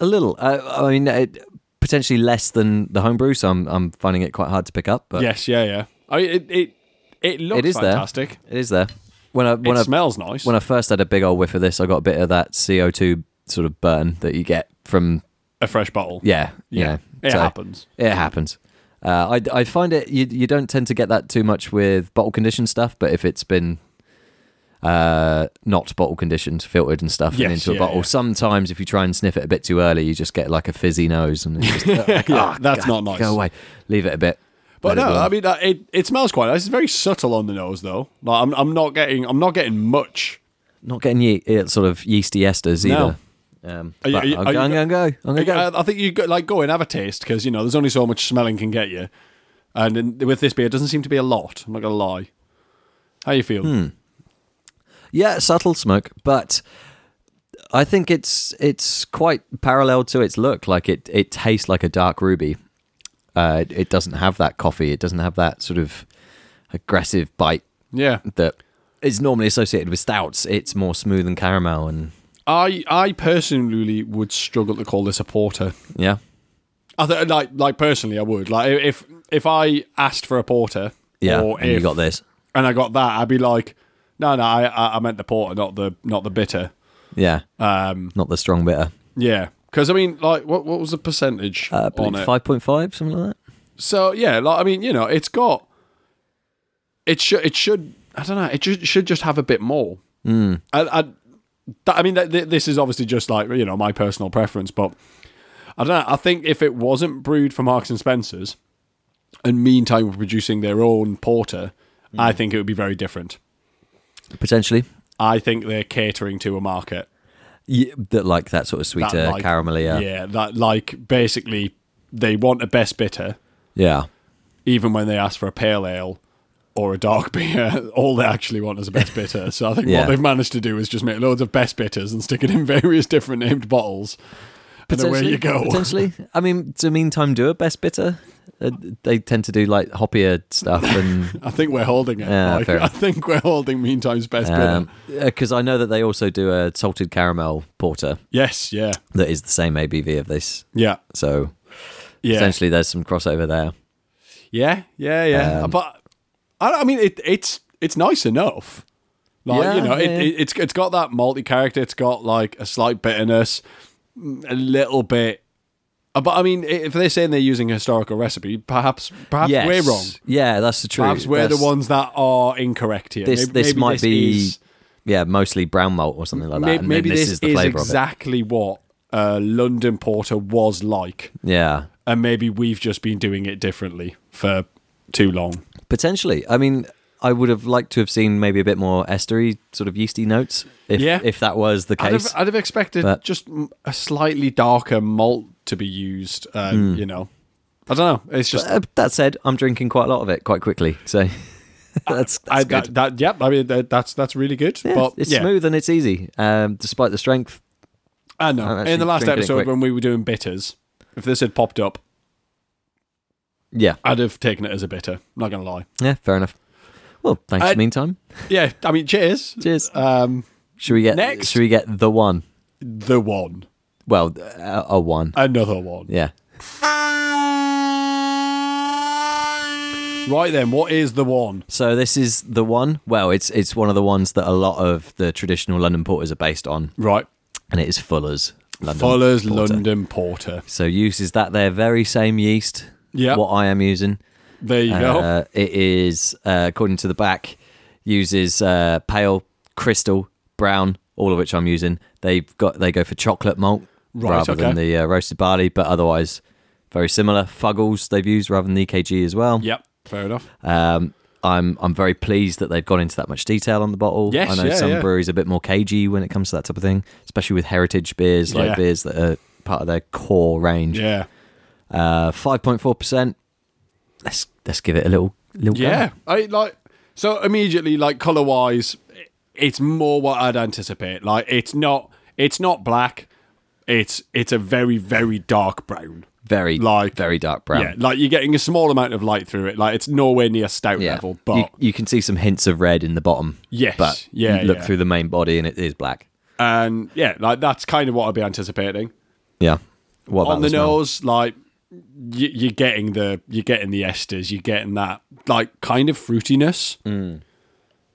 A: A little. I, I mean, it, potentially less than the homebrew, so I'm, I'm finding it quite hard to pick up. But
B: Yes, yeah, yeah. I mean, it it it looks
A: it is
B: fantastic.
A: there. It is there. When I when
B: It
A: I
B: smells nice.
A: when I first had a big old whiff of this, I got a bit of that CO2 sort of burn that you get from
B: a fresh bottle.
A: yeah you know.
B: it
A: So,
B: happens.
A: It happens. Uh, I I find it you you don't tend to get that too much with bottle conditioned stuff, but if it's been uh not bottle conditioned filtered and stuff
B: Yes,
A: and into
B: yeah,
A: a bottle
B: yeah.
A: sometimes if you try and sniff it a bit too early you just get like a fizzy nose and it's just like,
B: Yeah,
A: "Ah,
B: that's
A: God,
B: not nice.
A: Go away. Leave it a bit.
B: But
A: Let it
B: no,
A: warm."
B: I mean uh, it. It smells quite nice. It's very subtle on the nose though. Like I'm I'm not getting I'm not getting much.
A: not getting ye- uh, sort of yeasty esters
B: No.
A: either. Um,
B: Are you-
A: but
B: are you-
A: I'm,
B: are you
A: I'm
B: go-
A: gonna go. I'm gonna go.
B: I, I think you uh, go, like go and have a taste because you know there's only so much smelling can get you. And in, with this beer, it doesn't seem to be a lot. I'm not gonna lie. How you feel?
A: Hmm. Yeah, subtle smoke, but I think it's it's quite parallel to its look. Like it it tastes like a dark ruby. Uh, it, it doesn't have that coffee. It doesn't have that sort of aggressive bite
B: Yeah.
A: that is normally associated with stouts. It's more smooth and caramel, and
B: I I personally would struggle to call this a porter.
A: yeah,
B: I th- like like personally, I would like if if I asked for a porter,
A: yeah.
B: or
A: and
B: if,
A: you got this,
B: and I got that, I'd be like, no, no, I- I I meant the porter, not the not the bitter.
A: yeah.
B: Um,
A: Not the strong bitter.
B: yeah, because I mean, like, what what was the percentage
A: Uh,
B: on it?
A: five point five, something like that.
B: So yeah, like I mean, you know, it's got it should it should I don't know it should, should just have a bit more.
A: Hmm.
B: Mm. I, I that, I mean th- th- this is obviously just like you know my personal preference, but I don't know. I think if it wasn't brewed for Marks and Spencers, and meantime were producing their own porter,
A: Hmm.
B: I think it would be very different.
A: Potentially,
B: I think they're catering to a market
A: yeah, that like that sort of
B: that
A: sweeter,
B: like-
A: caramelly. uh,
B: yeah, that like basically they want a best bitter.
A: yeah.
B: even when they ask for a pale ale or a dark beer, all they actually want is a best bitter. So I think
A: Yeah.
B: what they've managed to do is just make loads of best bitters and stick it in various different named bottles. And away you go.
A: Potentially. I mean, do Meantime do a best bitter? Uh, they tend to do like hoppier stuff and
B: I think we're holding it.
A: Yeah,
B: Mike.
A: Ah, fair Um,
B: I
A: enough.
B: think we're holding Meantime's best bitter.
A: because uh, I know that they also do a salted caramel porter
B: Yes, yeah,
A: that is the same ABV of this.
B: yeah,
A: So
B: yeah,
A: essentially, there's some crossover there.
B: yeah, yeah, yeah.
A: Um,
B: but I, I mean, it, it's it's nice enough. Like
A: Yeah,
B: you know,
A: yeah,
B: it,
A: yeah.
B: it, it's it's got that malty character. It's got like a slight bitterness, a little bit. uh, But I mean, if they're saying they're using a historical recipe, perhaps perhaps
A: Yes.
B: we're wrong.
A: Yeah, that's the truth.
B: Perhaps we're the
A: That's-
B: ones that are incorrect here.
A: This
B: Maybe-
A: this
B: maybe
A: might be
B: is-
A: yeah mostly brown malt or something like that.
B: may-
A: and
B: maybe
A: then
B: this,
A: this, is the flavor
B: exactly what uh, London Porter was like,
A: of it. Yeah.
B: and maybe we've just been doing it differently for too long.
A: Potentially. I mean, I would have liked to have seen maybe a bit more estery, sort of yeasty notes, if,
B: Yeah.
A: if that was the
B: I'd
A: case.
B: have, I'd have expected
A: But-
B: just m- a slightly darker malt to be used, um, uh, you know, I don't know. It's just
A: Hmm. Uh, that said, I'm drinking quite a lot of it quite quickly, so that's, that's
B: I,
A: good.
B: that, that, yep. I mean, that, that's that's really good.
A: Yeah,
B: but
A: it's
B: yeah,
A: smooth and it's easy, um, despite the strength.
B: I know.
A: I'm actually
B: In the last
A: drinking it
B: episode
A: quick.
B: when we were doing bitters, if this had popped up,
A: Yeah,
B: I'd have taken it as a bitter. Not gonna lie.
A: yeah, fair enough. Well, thanks.
B: Uh,
A: in the meantime,
B: Yeah. I mean, cheers.
A: cheers.
B: Um,
A: Should we get?
B: next.
A: Should we get the one?
B: the one,
A: Well, uh, a, a one.
B: another one.
A: Yeah.
B: Right then, what is the one?
A: So this is the one. Well, it's it's one of the ones that a lot of the traditional London porters are based on,
B: Right.
A: and it is Fuller's London.
B: Fuller's
A: Porter.
B: London Porter.
A: So uses that their very same yeast.
B: Yeah.
A: What I am using.
B: There you go.
A: Uh, it is, uh, according to the back, uses uh, pale, crystal, brown, all of which I'm using. They've got they go for chocolate malt
B: Right,
A: rather than
B: okay.
A: the uh, roasted barley, but otherwise very similar. Fuggles they've used rather than the EKG as well.
B: Yep. Fair enough.
A: Um, I'm I'm very pleased that they've gone into that much detail on the bottle.
B: Yes,
A: I know
B: yeah,
A: some
B: yeah.
A: breweries are a bit more cagey when it comes to that type of thing, especially with heritage beers like
B: Yeah.
A: beers that are part of their core range. Uh,
B: Yeah.
A: Five point four percent. Let's let's give it a little little go.
B: Yeah. I like so immediately like color wise, it's more what I'd anticipate. Like it's not it's not black. It's it's a very very dark brown.
A: very
B: Like-
A: very dark brown.
B: Yeah, like you're getting a small amount of light through it. Like it's nowhere near stout
A: Yeah.
B: level, but
A: you, you can see some hints of red in the bottom.
B: Yes,
A: but
B: yeah,
A: you look
B: yeah.
A: through the main body and it is black.
B: and yeah, like that's kind of what I'd be anticipating.
A: Yeah, what about
B: on the
A: smell?
B: nose, like you, you're getting the you're getting the esters, you're getting that like kind of fruitiness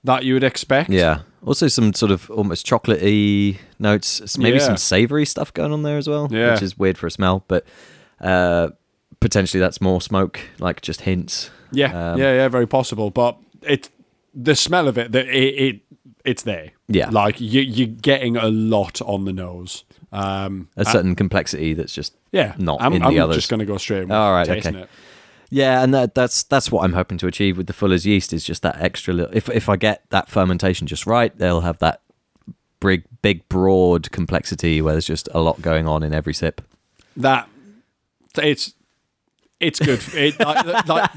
B: that you would expect.
A: Mm. Yeah, also some sort of almost chocolatey notes, s- maybe
B: Yeah.
A: some savory stuff going on there as well,
B: Yeah.
A: which is weird for a smell, but uh, potentially that's more smoke, like just hints.
B: yeah,
A: Um,
B: yeah, yeah, very possible. But it the smell of it, that it, it it's there.
A: Yeah.
B: like you you're getting a lot on the nose. Um,
A: A certain complexity that's just
B: yeah,
A: not
B: I'm,
A: in
B: I'm
A: the others.
B: just gonna go straight. in with
A: All right,
B: tasting
A: okay.
B: it.
A: Yeah, and that, that's that's what I'm hoping to achieve with the Fuller's yeast is just that extra little. If if I get that fermentation just right, they'll have that big big broad complexity where there's just a lot going on in every sip.
B: that it's it's good. It, like, like-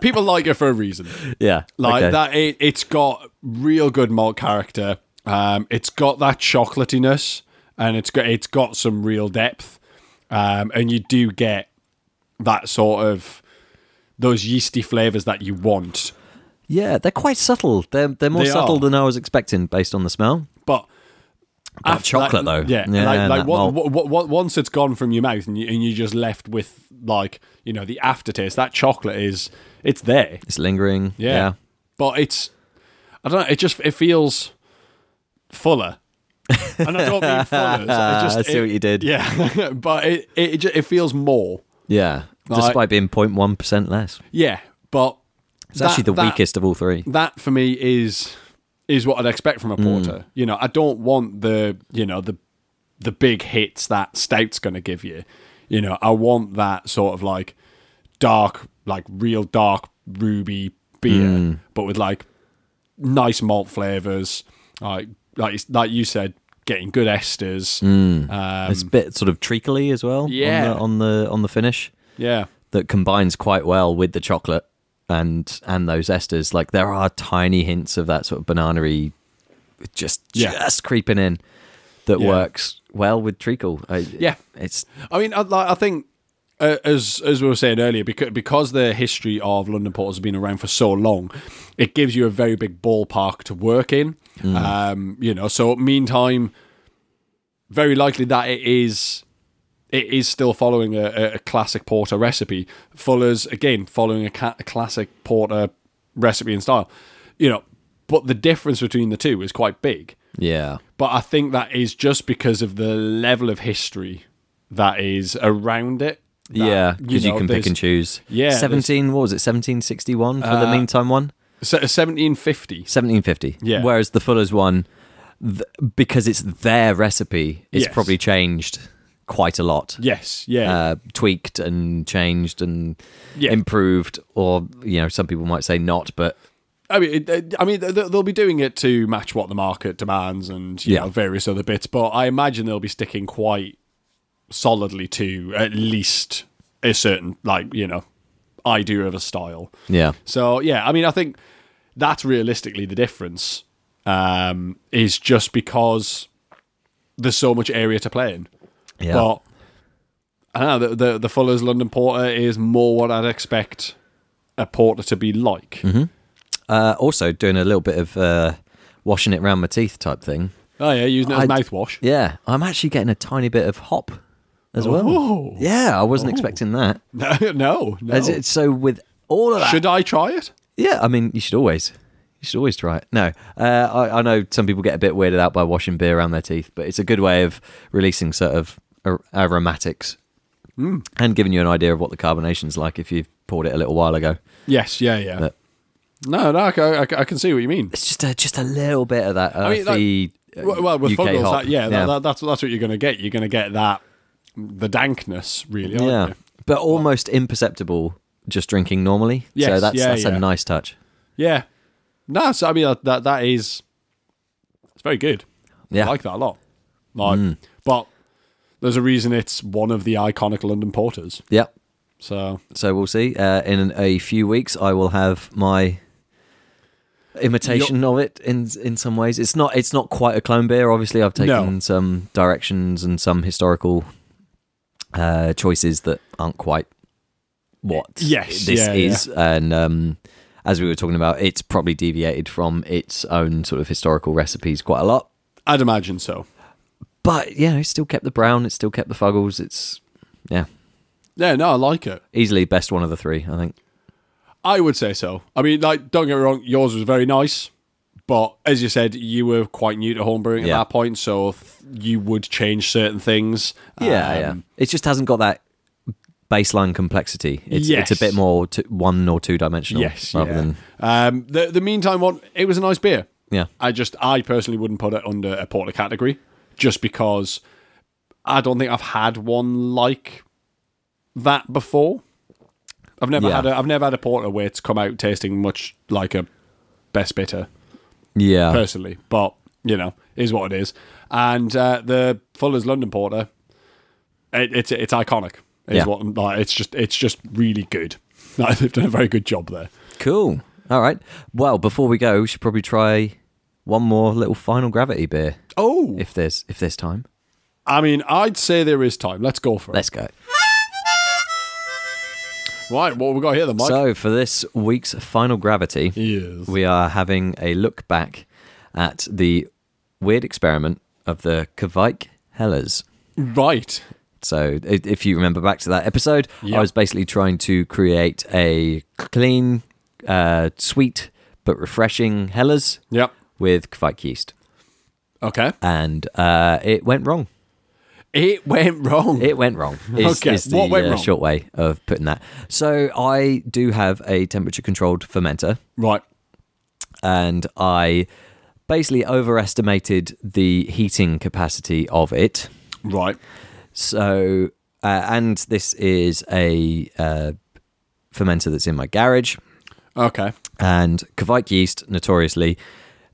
B: people like it for a reason.
A: Yeah,
B: Like
A: okay.
B: that, it, it's got real good malt character. Um, it's got that chocolatiness, and it's got it's got some real depth. Um, and you do get that sort of those yeasty flavors that you want,
A: Yeah, they're quite subtle. They're they're more
B: They
A: subtle
B: are.
A: than I was expecting based on the smell.
B: but.
A: That
B: after-
A: chocolate
B: like-
A: though,
B: yeah,
A: and
B: like, like
A: that
B: what,
A: malt.
B: what, what, what, once it's gone from your mouth and, you, and you're just left with like you know the aftertaste. That chocolate is it's there,
A: it's lingering.
B: yeah.
A: Yeah.
B: But it's I don't know. It just it feels fuller, and I don't mean fuller.
A: Ah,
B: It just,
A: I see
B: it-
A: what you did. Yeah,
B: Yeah, but it it, it, just, it feels more. Like-
A: despite being 0.1 percent less,
B: Yeah, but
A: it's actually the weakest of all three.
B: that for me is is what I'd expect from a porter. You know, I don't want the you know the the big hits that stout's going to give you. You know, I want that sort of like dark, like real dark ruby beer, but with like nice malt flavors. Like like like you said, getting good esters. Um,
A: It's a bit sort of treacly as well.
B: Yeah.
A: on the on the, on the finish.
B: yeah,
A: that combines quite well with the chocolate and and those esters. Like there are tiny hints of that sort of bananery, just
B: Yeah.
A: just creeping in, that
B: Yeah.
A: works well with treacle. I,
B: Yeah.
A: it's
B: I mean, I, like, I think uh, as as we were saying earlier, because because the history of London Porters has been around for so long, it gives you a very big ballpark to work in. Um, you know, so meantime, very likely that it is it is still following a, a, a classic porter recipe. Fuller's again following a, ca- a classic porter recipe and style. You know, but the difference between the two is quite big
A: yeah,
B: but I think that is just because of the level of history that is around it. That,
A: yeah, because you,
B: know,
A: can pick
B: there's-
A: and choose.
B: Yeah, there's- Uh,
A: seventeen. What was it? Seventeen sixty one for the meantime one.
B: So, uh, 1750.
A: Seventeen fifty.
B: Yeah.
A: Whereas the Fuller's one, th- because it's their recipe, it's
B: Yes.
A: probably changed quite a lot.
B: Yes, yeah,
A: uh, tweaked and changed and
B: Yeah.
A: improved, or you know, some people might say not, but
B: I mean, it- it, I mean, th- they'll be doing it to match what the market demands and you
A: Yeah.
B: know various other bits, but I imagine they'll be sticking quite solidly to at least a certain like you know idea of a style.
A: Yeah.
B: So yeah, I mean, I think that's realistically the difference. Um, is just because there's so much area to play in.
A: Yeah.
B: But I don't know the, the the Fuller's London Porter is more what I'd expect a porter to be like.
A: Mm-hmm. Uh, also doing a little bit of uh, washing it round my teeth type thing.
B: Oh yeah, using it as
A: I'd-
B: mouthwash.
A: Yeah, I'm actually getting a tiny bit of hop as
B: Oh.
A: well. Yeah, I wasn't expecting that.
B: No, no, no.
A: As it, so with all of that,
B: Should I try it?
A: yeah, I mean, you should always, you should always try it. No, uh, I, I know some people get a bit weirded out by washing beer around their teeth, but it's a good way of releasing sort of ar- aromatics and giving you an idea of what the carbonation's like if you poured it a little while ago.
B: Yes, yeah, yeah.
A: But-
B: no, no, I, ca- I ca- I can see what you mean.
A: It's just a just a little bit of that
B: mean,
A: earthy.
B: like,
A: uh,
B: Well, well, with
A: UK
B: Fuggles,
A: hop.
B: that, yeah, That, that, that's that's what you're going to get. You're going to get that the dankness, really. Aren't
A: yeah,
B: You?
A: but almost imperceptible just drinking normally.
B: Yes,
A: so that's
B: yeah,
A: that's
B: yeah.
A: a nice touch.
B: yeah. No, so I mean that, that that is it's very good.
A: Yeah, Mm.
B: I like that a lot. Like, but there's a reason it's one of the iconic London porters.
A: yeah.
B: So
A: So we'll see. Uh, in a few weeks, I will have my imitation of it. In in some ways, it's not it's not quite a clone beer. Obviously, I've taken
B: No.
A: some directions and some historical uh, choices that aren't quite what
B: Yes,
A: this
B: yeah,
A: is. And um, as we were talking about, it's probably deviated from its own sort of historical recipes quite a lot.
B: I'd imagine so.
A: But yeah, it's still kept the brown. It's still kept the fuggles. It's yeah,
B: Yeah, no, I like it.
A: easily best one of the three. I think.
B: I would say so. I mean, like, don't get me wrong, yours was very nice, but as you said, you were quite new to homebrewing at
A: Yeah.
B: that point, so th- you would change certain things.
A: Yeah,
B: Um,
A: yeah. It just hasn't got that baseline complexity. It's, it's
B: Yes.
A: a bit more t- one or two dimensional.
B: Yes,
A: rather
B: yeah.
A: than
B: um, the the meantime one, it was a nice beer.
A: yeah,
B: I just, I personally wouldn't put it under a porter category, just because I don't think I've had one like that before. I've never
A: Yeah.
B: had a, I've never had a porter where it's come out tasting much like a best bitter.
A: yeah.
B: personally, but you know, is what it is. And uh, the Fuller's London Porter, it, it's it's iconic. Is
A: Yeah.
B: what like, it's just it's just really good. Like, they've done a very good job there.
A: Cool. All right. Well, before we go, we should probably try one more little final gravity beer
B: Oh,
A: if there's if there's time.
B: I mean, I'd say there is time. Let's go for it.
A: Let's go.
B: right, what we got here, the Mike?
A: So for this week's final gravity,
B: yes.
A: we are having a look back at the weird experiment of the Kvike Hellers.
B: right.
A: So i- if you remember back to that episode,
B: Yeah.
A: I was basically trying to create a clean, uh, sweet but refreshing Hellas
B: Yep.
A: with kvike yeast,
B: Okay.
A: and uh, it went wrong.
B: It went wrong.
A: It went wrong. Is,
B: Okay,
A: is the
B: what went
A: uh,
B: wrong?
A: short way of putting that. So I do have a temperature-controlled fermenter,
B: right.
A: and I basically overestimated the heating capacity of it.
B: Right.
A: So, uh, and this is a uh, fermenter that's in my garage,
B: Okay.
A: and Kvike yeast notoriously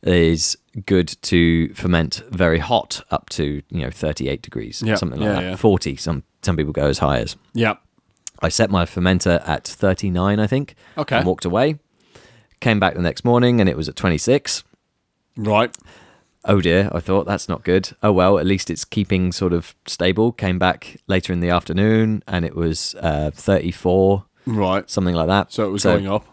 A: is good to ferment very hot up to you know 38 degrees
B: Yeah,
A: something like
B: yeah,
A: that
B: yeah.
A: 40 some some people go as high as
B: Yep.
A: i set my fermenter at 39 i think
B: Okay.
A: and walked away came back the next morning and it was at 26
B: Right.
A: oh dear, I thought that's not good. Oh well, at least it's keeping sort of stable. Came back later in the afternoon and it was uh, 34,
B: Right.
A: something like that.
B: So it was going up.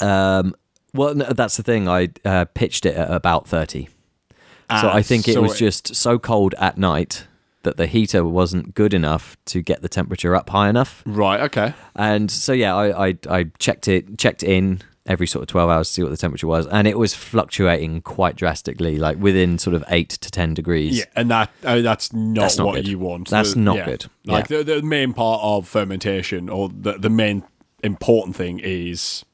A: Um, well, no, that's the thing. I uh, pitched it at about 30. so
B: Ah,
A: I think it
B: so
A: was just so cold at night that the heater wasn't good enough to get the temperature up high enough.
B: Right. Okay.
A: And so yeah, I, I I checked it checked in every sort of twelve hours to see what the temperature was, and it was fluctuating quite drastically, like within sort of eight to ten degrees.
B: Yeah, and that I mean, that's not
A: That's not
B: what
A: good.
B: you want.
A: That's not
B: yeah.
A: good.
B: Like the, the main part of fermentation, or the the main important thing is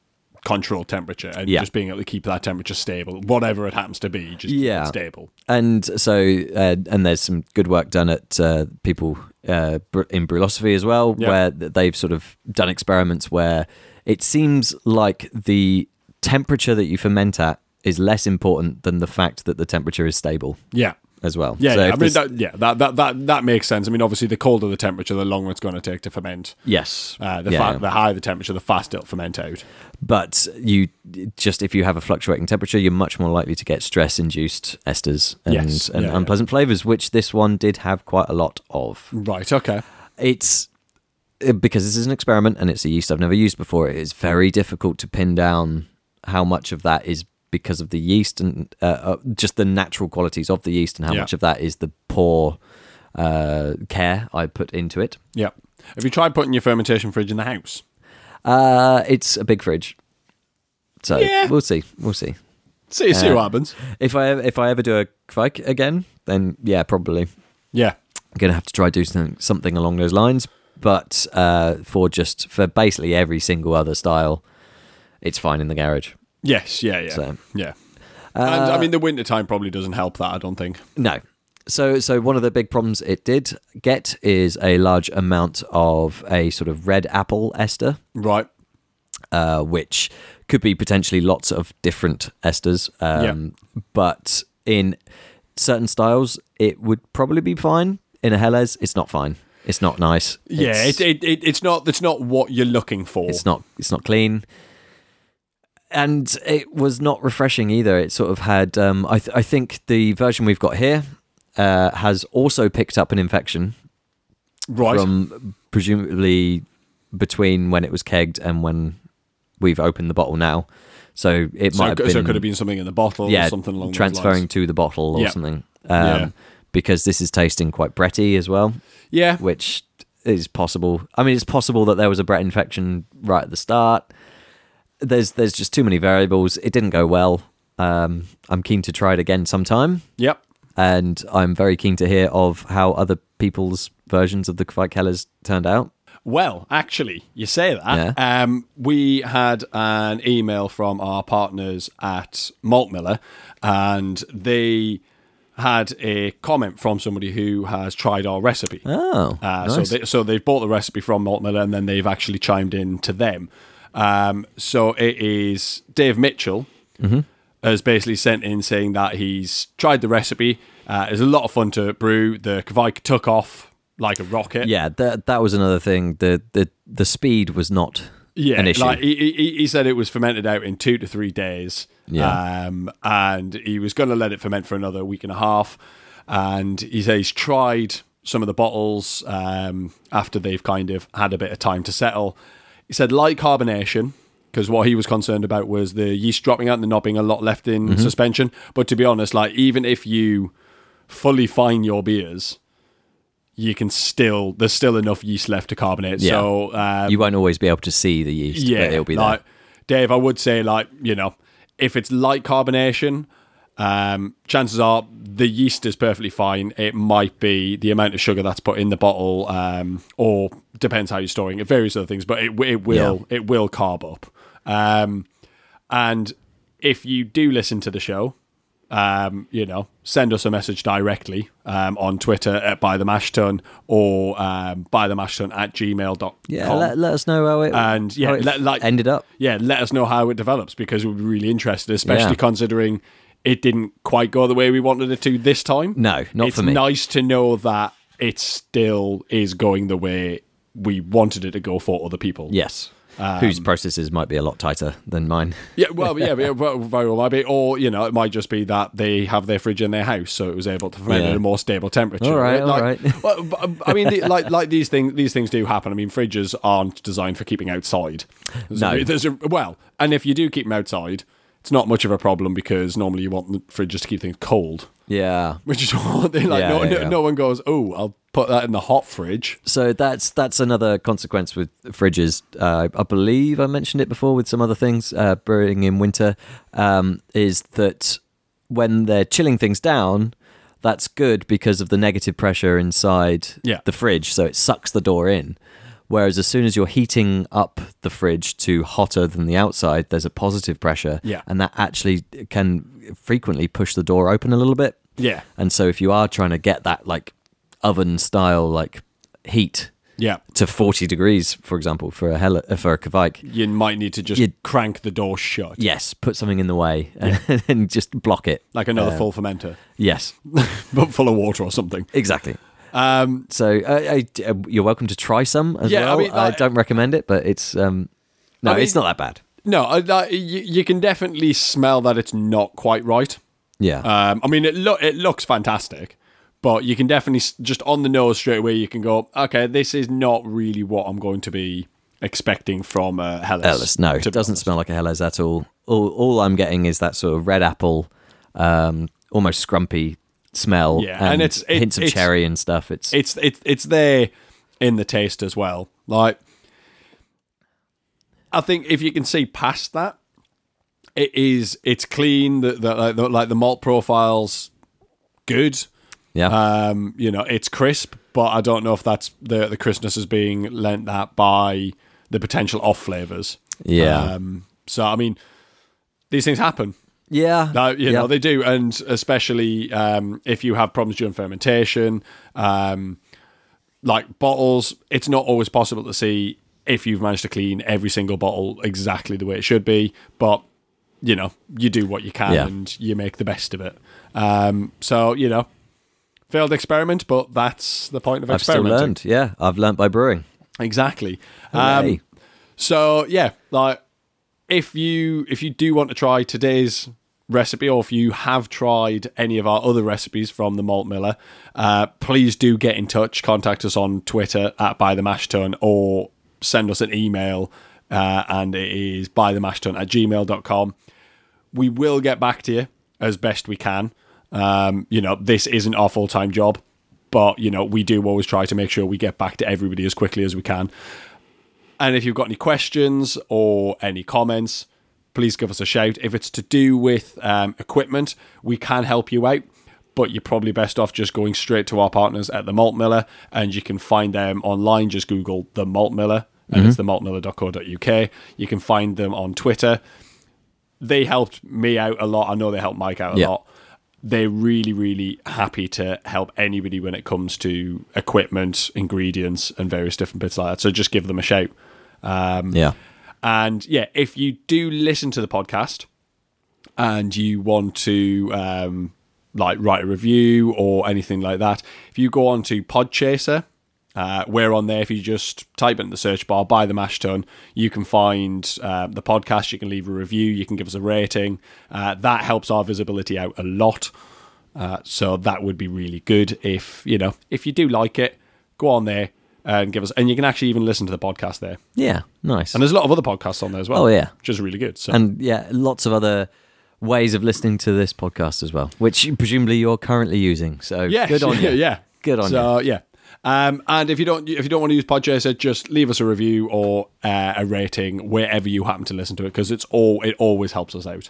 B: control temperature and
A: Yeah.
B: just being able to keep that temperature stable, whatever it happens to be, just
A: Yeah.
B: keep it stable.
A: And so, uh, and there's some good work done at uh, people uh, br- in Brewlosophy as well,
B: Yeah.
A: where th- they've sort of done experiments where it seems like the temperature that you ferment at is less important than the fact that the temperature is stable.
B: Yeah,
A: as well.
B: Yeah,
A: So
B: yeah.
A: if
B: I mean,
A: this-
B: that, yeah, that, that that that makes sense. I mean, obviously, the colder the temperature, the longer it's going to take to ferment.
A: yes,
B: Uh, the,
A: Yeah,
B: fa-
A: yeah.
B: the higher the temperature, the faster it'll ferment out.
A: but you just if you have a fluctuating temperature, you're much more likely to get stress-induced esters and,
B: Yes,
A: and
B: yeah, yeah.
A: unpleasant flavors, which this one did have quite a lot of.
B: Right. Okay.
A: it's uh, because this is an experiment and it's a yeast I've never used before. It is very difficult to pin down how much of that is because of the yeast and uh, uh, just the natural qualities of the yeast and how
B: Yeah.
A: much of that is the poor uh, care I put into it.
B: Yep. Have you tried putting your fermentation fridge in the house?
A: Uh, it's a big fridge, so
B: Yeah.
A: we'll see. We'll see.
B: See, see
A: Uh,
B: what happens.
A: If I if I ever do a kvike again, then yeah, probably.
B: Yeah.
A: I'm gonna have to try do something something along those lines. But uh, for just for basically every single other style, it's fine in the garage.
B: Yes. Yeah. Yeah.
A: So-
B: Yeah.
A: Uh,
B: and I mean, the winter time probably doesn't help that. I don't think.
A: No. So so one of the big problems it did get is a large amount of a sort of red apple ester,
B: Right.
A: uh, which could be potentially lots of different esters. Um, But in certain styles, it would probably be fine. In a Helles, it's not fine. It's not nice.
B: Yeah.
A: It's-
B: It, it, it, it's not. It's not what you're looking for.
A: it's not it's not clean and it was not refreshing either it sort of had um i, th- I think the version we've got here uh, has also picked up an infection
B: right.
A: from presumably between when it was kegged and when we've opened the bottle now so it
B: so,
A: might have
B: it
A: been
B: could have been something in the bottle
A: yeah
B: or something along those lines.
A: transferring to the bottle or
B: Yeah.
A: something um
B: Yeah.
A: because this is tasting quite bretty as well
B: Yeah.
A: which is possible. I mean, it's possible that there was a Brett infection right at the start. There's there's just too many variables. It didn't go well. Um, I'm keen to try it again sometime,
B: Yep.
A: and I'm very keen to hear of how other people's versions of the Kvite Kellers turned out.
B: Well, actually, you say that. Um, we had an email from our partners at Maltmiller, and they had a comment from somebody who has tried our recipe.
A: Oh,
B: Uh,
A: nice.
B: So, they, so they've bought the recipe from Maltmiller, and then they've actually chimed in to them. Um, so it is Dave Mitchell has basically sent in saying that he's tried the recipe. Uh, it's a lot of fun to brew. The Kvike took off like a rocket.
A: yeah, that that was another thing. The the the speed was not
B: yeah,
A: an issue.
B: Like he, he, he said it was fermented out in two to three days.
A: Yeah.
B: Um, and he was going to let it ferment for another week and a half. And he says he's tried some of the bottles um, after they've kind of had a bit of time to settle. He said, like carbonation, because what he was concerned about was the yeast dropping out and there not being a lot left in
A: Mm-hmm.
B: suspension. But to be honest, like even if you fully fine your beers, you can still there's still enough yeast left to carbonate.
A: Yeah.
B: So um,
A: you won't always be able to see the yeast, but it'll be there.
B: like, Dave, I would say like you know, if it's light carbonation, um, chances are the yeast is perfectly fine. It might be the amount of sugar that's put in the bottle, um, or depends how you're storing it, various other things. But it w- it will it will carb up. Um, and if you do listen to the show, um, you know, send us a message directly um, on Twitter at by the mash ton or um, by the mash ton at gmail.com.
A: yeah, let, let us know how it
B: And, yeah,
A: how it
B: let- like-
A: ended up.
B: yeah, let us know how it develops because we'd be really interested, especially
A: Yeah.
B: considering it didn't quite go the way we wanted it to this time.
A: No, not
B: it's
A: for me.
B: nice to know that it still is going the way we wanted it to go for other people.
A: Yes. Whose processes might be a lot tighter than mine.
B: yeah, well, yeah, yeah, well, very well might be, or you know, it might just be that they have their fridge in their house, so it was able to ferment
A: Yeah.
B: at a more stable temperature.
A: All right, all
B: like,
A: right.
B: well, but, I mean, the, like like these things, these things do happen. I mean, fridges aren't designed for keeping outside. There's
A: No.
B: a, there's a well, and if you do keep them outside, it's not much of a problem because normally you want the fridges to keep things cold,
A: Yeah.
B: which is what they like.
A: Yeah,
B: no,
A: yeah,
B: no,
A: yeah.
B: no one goes, oh, I'll put that in the hot fridge.
A: So that's that's another consequence with fridges. Uh, I believe I mentioned it before with some other things uh, brewing in winter um, is that when they're chilling things down, that's good because of the negative pressure inside
B: Yeah.
A: the fridge, so it sucks the door in. Whereas as soon as you're heating up the fridge to hotter than the outside, there's a positive pressure,
B: Yeah.
A: and that actually can frequently push the door open a little bit.
B: Yeah,
A: And so if you are trying to get that like oven style like heat,
B: Yeah.
A: to 40 degrees, for example, for a hell for a Kvike.
B: You might need to just
A: You'd-
B: crank the door shut,
A: Yes, put something in the way and, and just block it.
B: like another full fermenter,
A: Yes,
B: but full of water or something.
A: exactly.
B: Um,
A: So uh, I, uh, you're welcome to try some as
B: Yeah, I
A: well. I,
B: mean, like-
A: don't recommend it, but it's um, no,
B: I mean-
A: it's not that bad.
B: no, I, I, you, you can definitely smell that it's not quite right.
A: Yeah,
B: Um, I mean, it lo- it looks fantastic, but you can definitely s- just on the nose straight away. You can go, okay, this is not really what I'm going to be expecting from uh, Hellas.
A: Hellas. No,
B: to
A: it
B: be
A: doesn't
B: honest.
A: smell like a Hellas at all. all. All I'm getting is that sort of red apple, um, almost scrumpy smell.
B: Yeah, and it's- it-
A: hints of
B: it's-
A: cherry and stuff. It's
B: It's it's it's there in the taste as well. Like, I think if you can see past that, it is it's clean. The, the, like, the like the malt profiles good.
A: yeah,
B: Um, you know, it's crisp, but I don't know if that's the the crispness is being lent that by the potential off flavors.
A: Yeah.
B: Um, so I mean, these things happen.
A: yeah.
B: No, you
A: yeah.
B: know they do, and especially um, if you have problems during fermentation, um, like bottles, it's not always possible to see if you've managed to clean every single bottle exactly the way it should be. But you know, you do what you can,
A: Yeah.
B: and you make the best of it. Um, so you know, failed experiment, but that's the point of
A: I've still
B: experimenting.
A: learned. Yeah, I've learned by brewing.
B: Exactly.
A: Hooray.
B: Um, so yeah, like if you if you do want to try today's recipe, or if you have tried any of our other recipes from the Malt Miller, uh, please do get in touch. Contact us on Twitter at by the mash tun, or send us an email, uh, and it is by the mash tun at gmail.com we will get back to you as best we can. Um, you know, this isn't our full time job, but you know, we do always try to make sure we get back to everybody as quickly as we can. And if you've got any questions or any comments, please give us a shout. If it's to do with um, equipment, we can help you out, but you're probably best off just going straight to our partners at the Malt Miller, and you can find them online. Just Google the Malt Miller, and it's the maltmiller.co.uk. You can find them on Twitter they helped me out a lot. I know they helped Mike out a
A: Yeah.
B: lot. They're really, really happy to help anybody when it comes to equipment, ingredients, and various different bits like that. So just give them a shout. Um,
A: Yeah,
B: and yeah, if you do listen to the podcast and you want to um, like write a review or anything like that, if you go on to Podchaser, uh, we're on there. If you just type in the search bar, buy the mash ton, you can find uh, the podcast. You can leave a review. You can give us a rating. Uh, that helps our visibility out a lot. Uh, so that would be really good if you know if you do like it, go on there and give us. And you can actually even listen to the podcast there.
A: yeah, nice.
B: And there's a lot of other podcasts on there as well.
A: Oh, yeah.
B: which is really good. So
A: and yeah, lots of other ways of listening to this podcast as well, which presumably you're currently using. So
B: yeah,
A: good on
B: yeah,
A: you.
B: yeah,
A: Good on
B: so, yeah. Um, and if you don't if you don't want to use Podchaser, just leave us a review or uh, a rating wherever you happen to listen to it because it's all it always helps us out.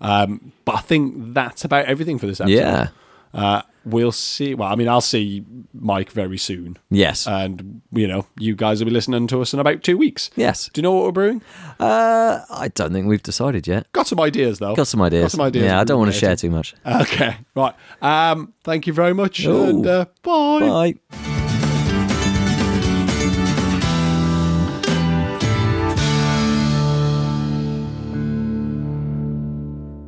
B: Um, but I think that's about everything for this episode.
A: Yeah.
B: Uh, we'll see. Well, I mean, I'll see Mike very soon,
A: Yes.
B: and you know, you guys will be listening to us in about two weeks.
A: yes.
B: Do you know what we're brewing?
A: Uh, I don't think we've decided yet.
B: Got some ideas though.
A: Got some ideas.
B: Got some ideas.
A: Yeah, I don't want to
B: Related.
A: share too much.
B: Okay, right. Um, thank you very much,
A: Oh.
B: and uh, bye.
A: Bye.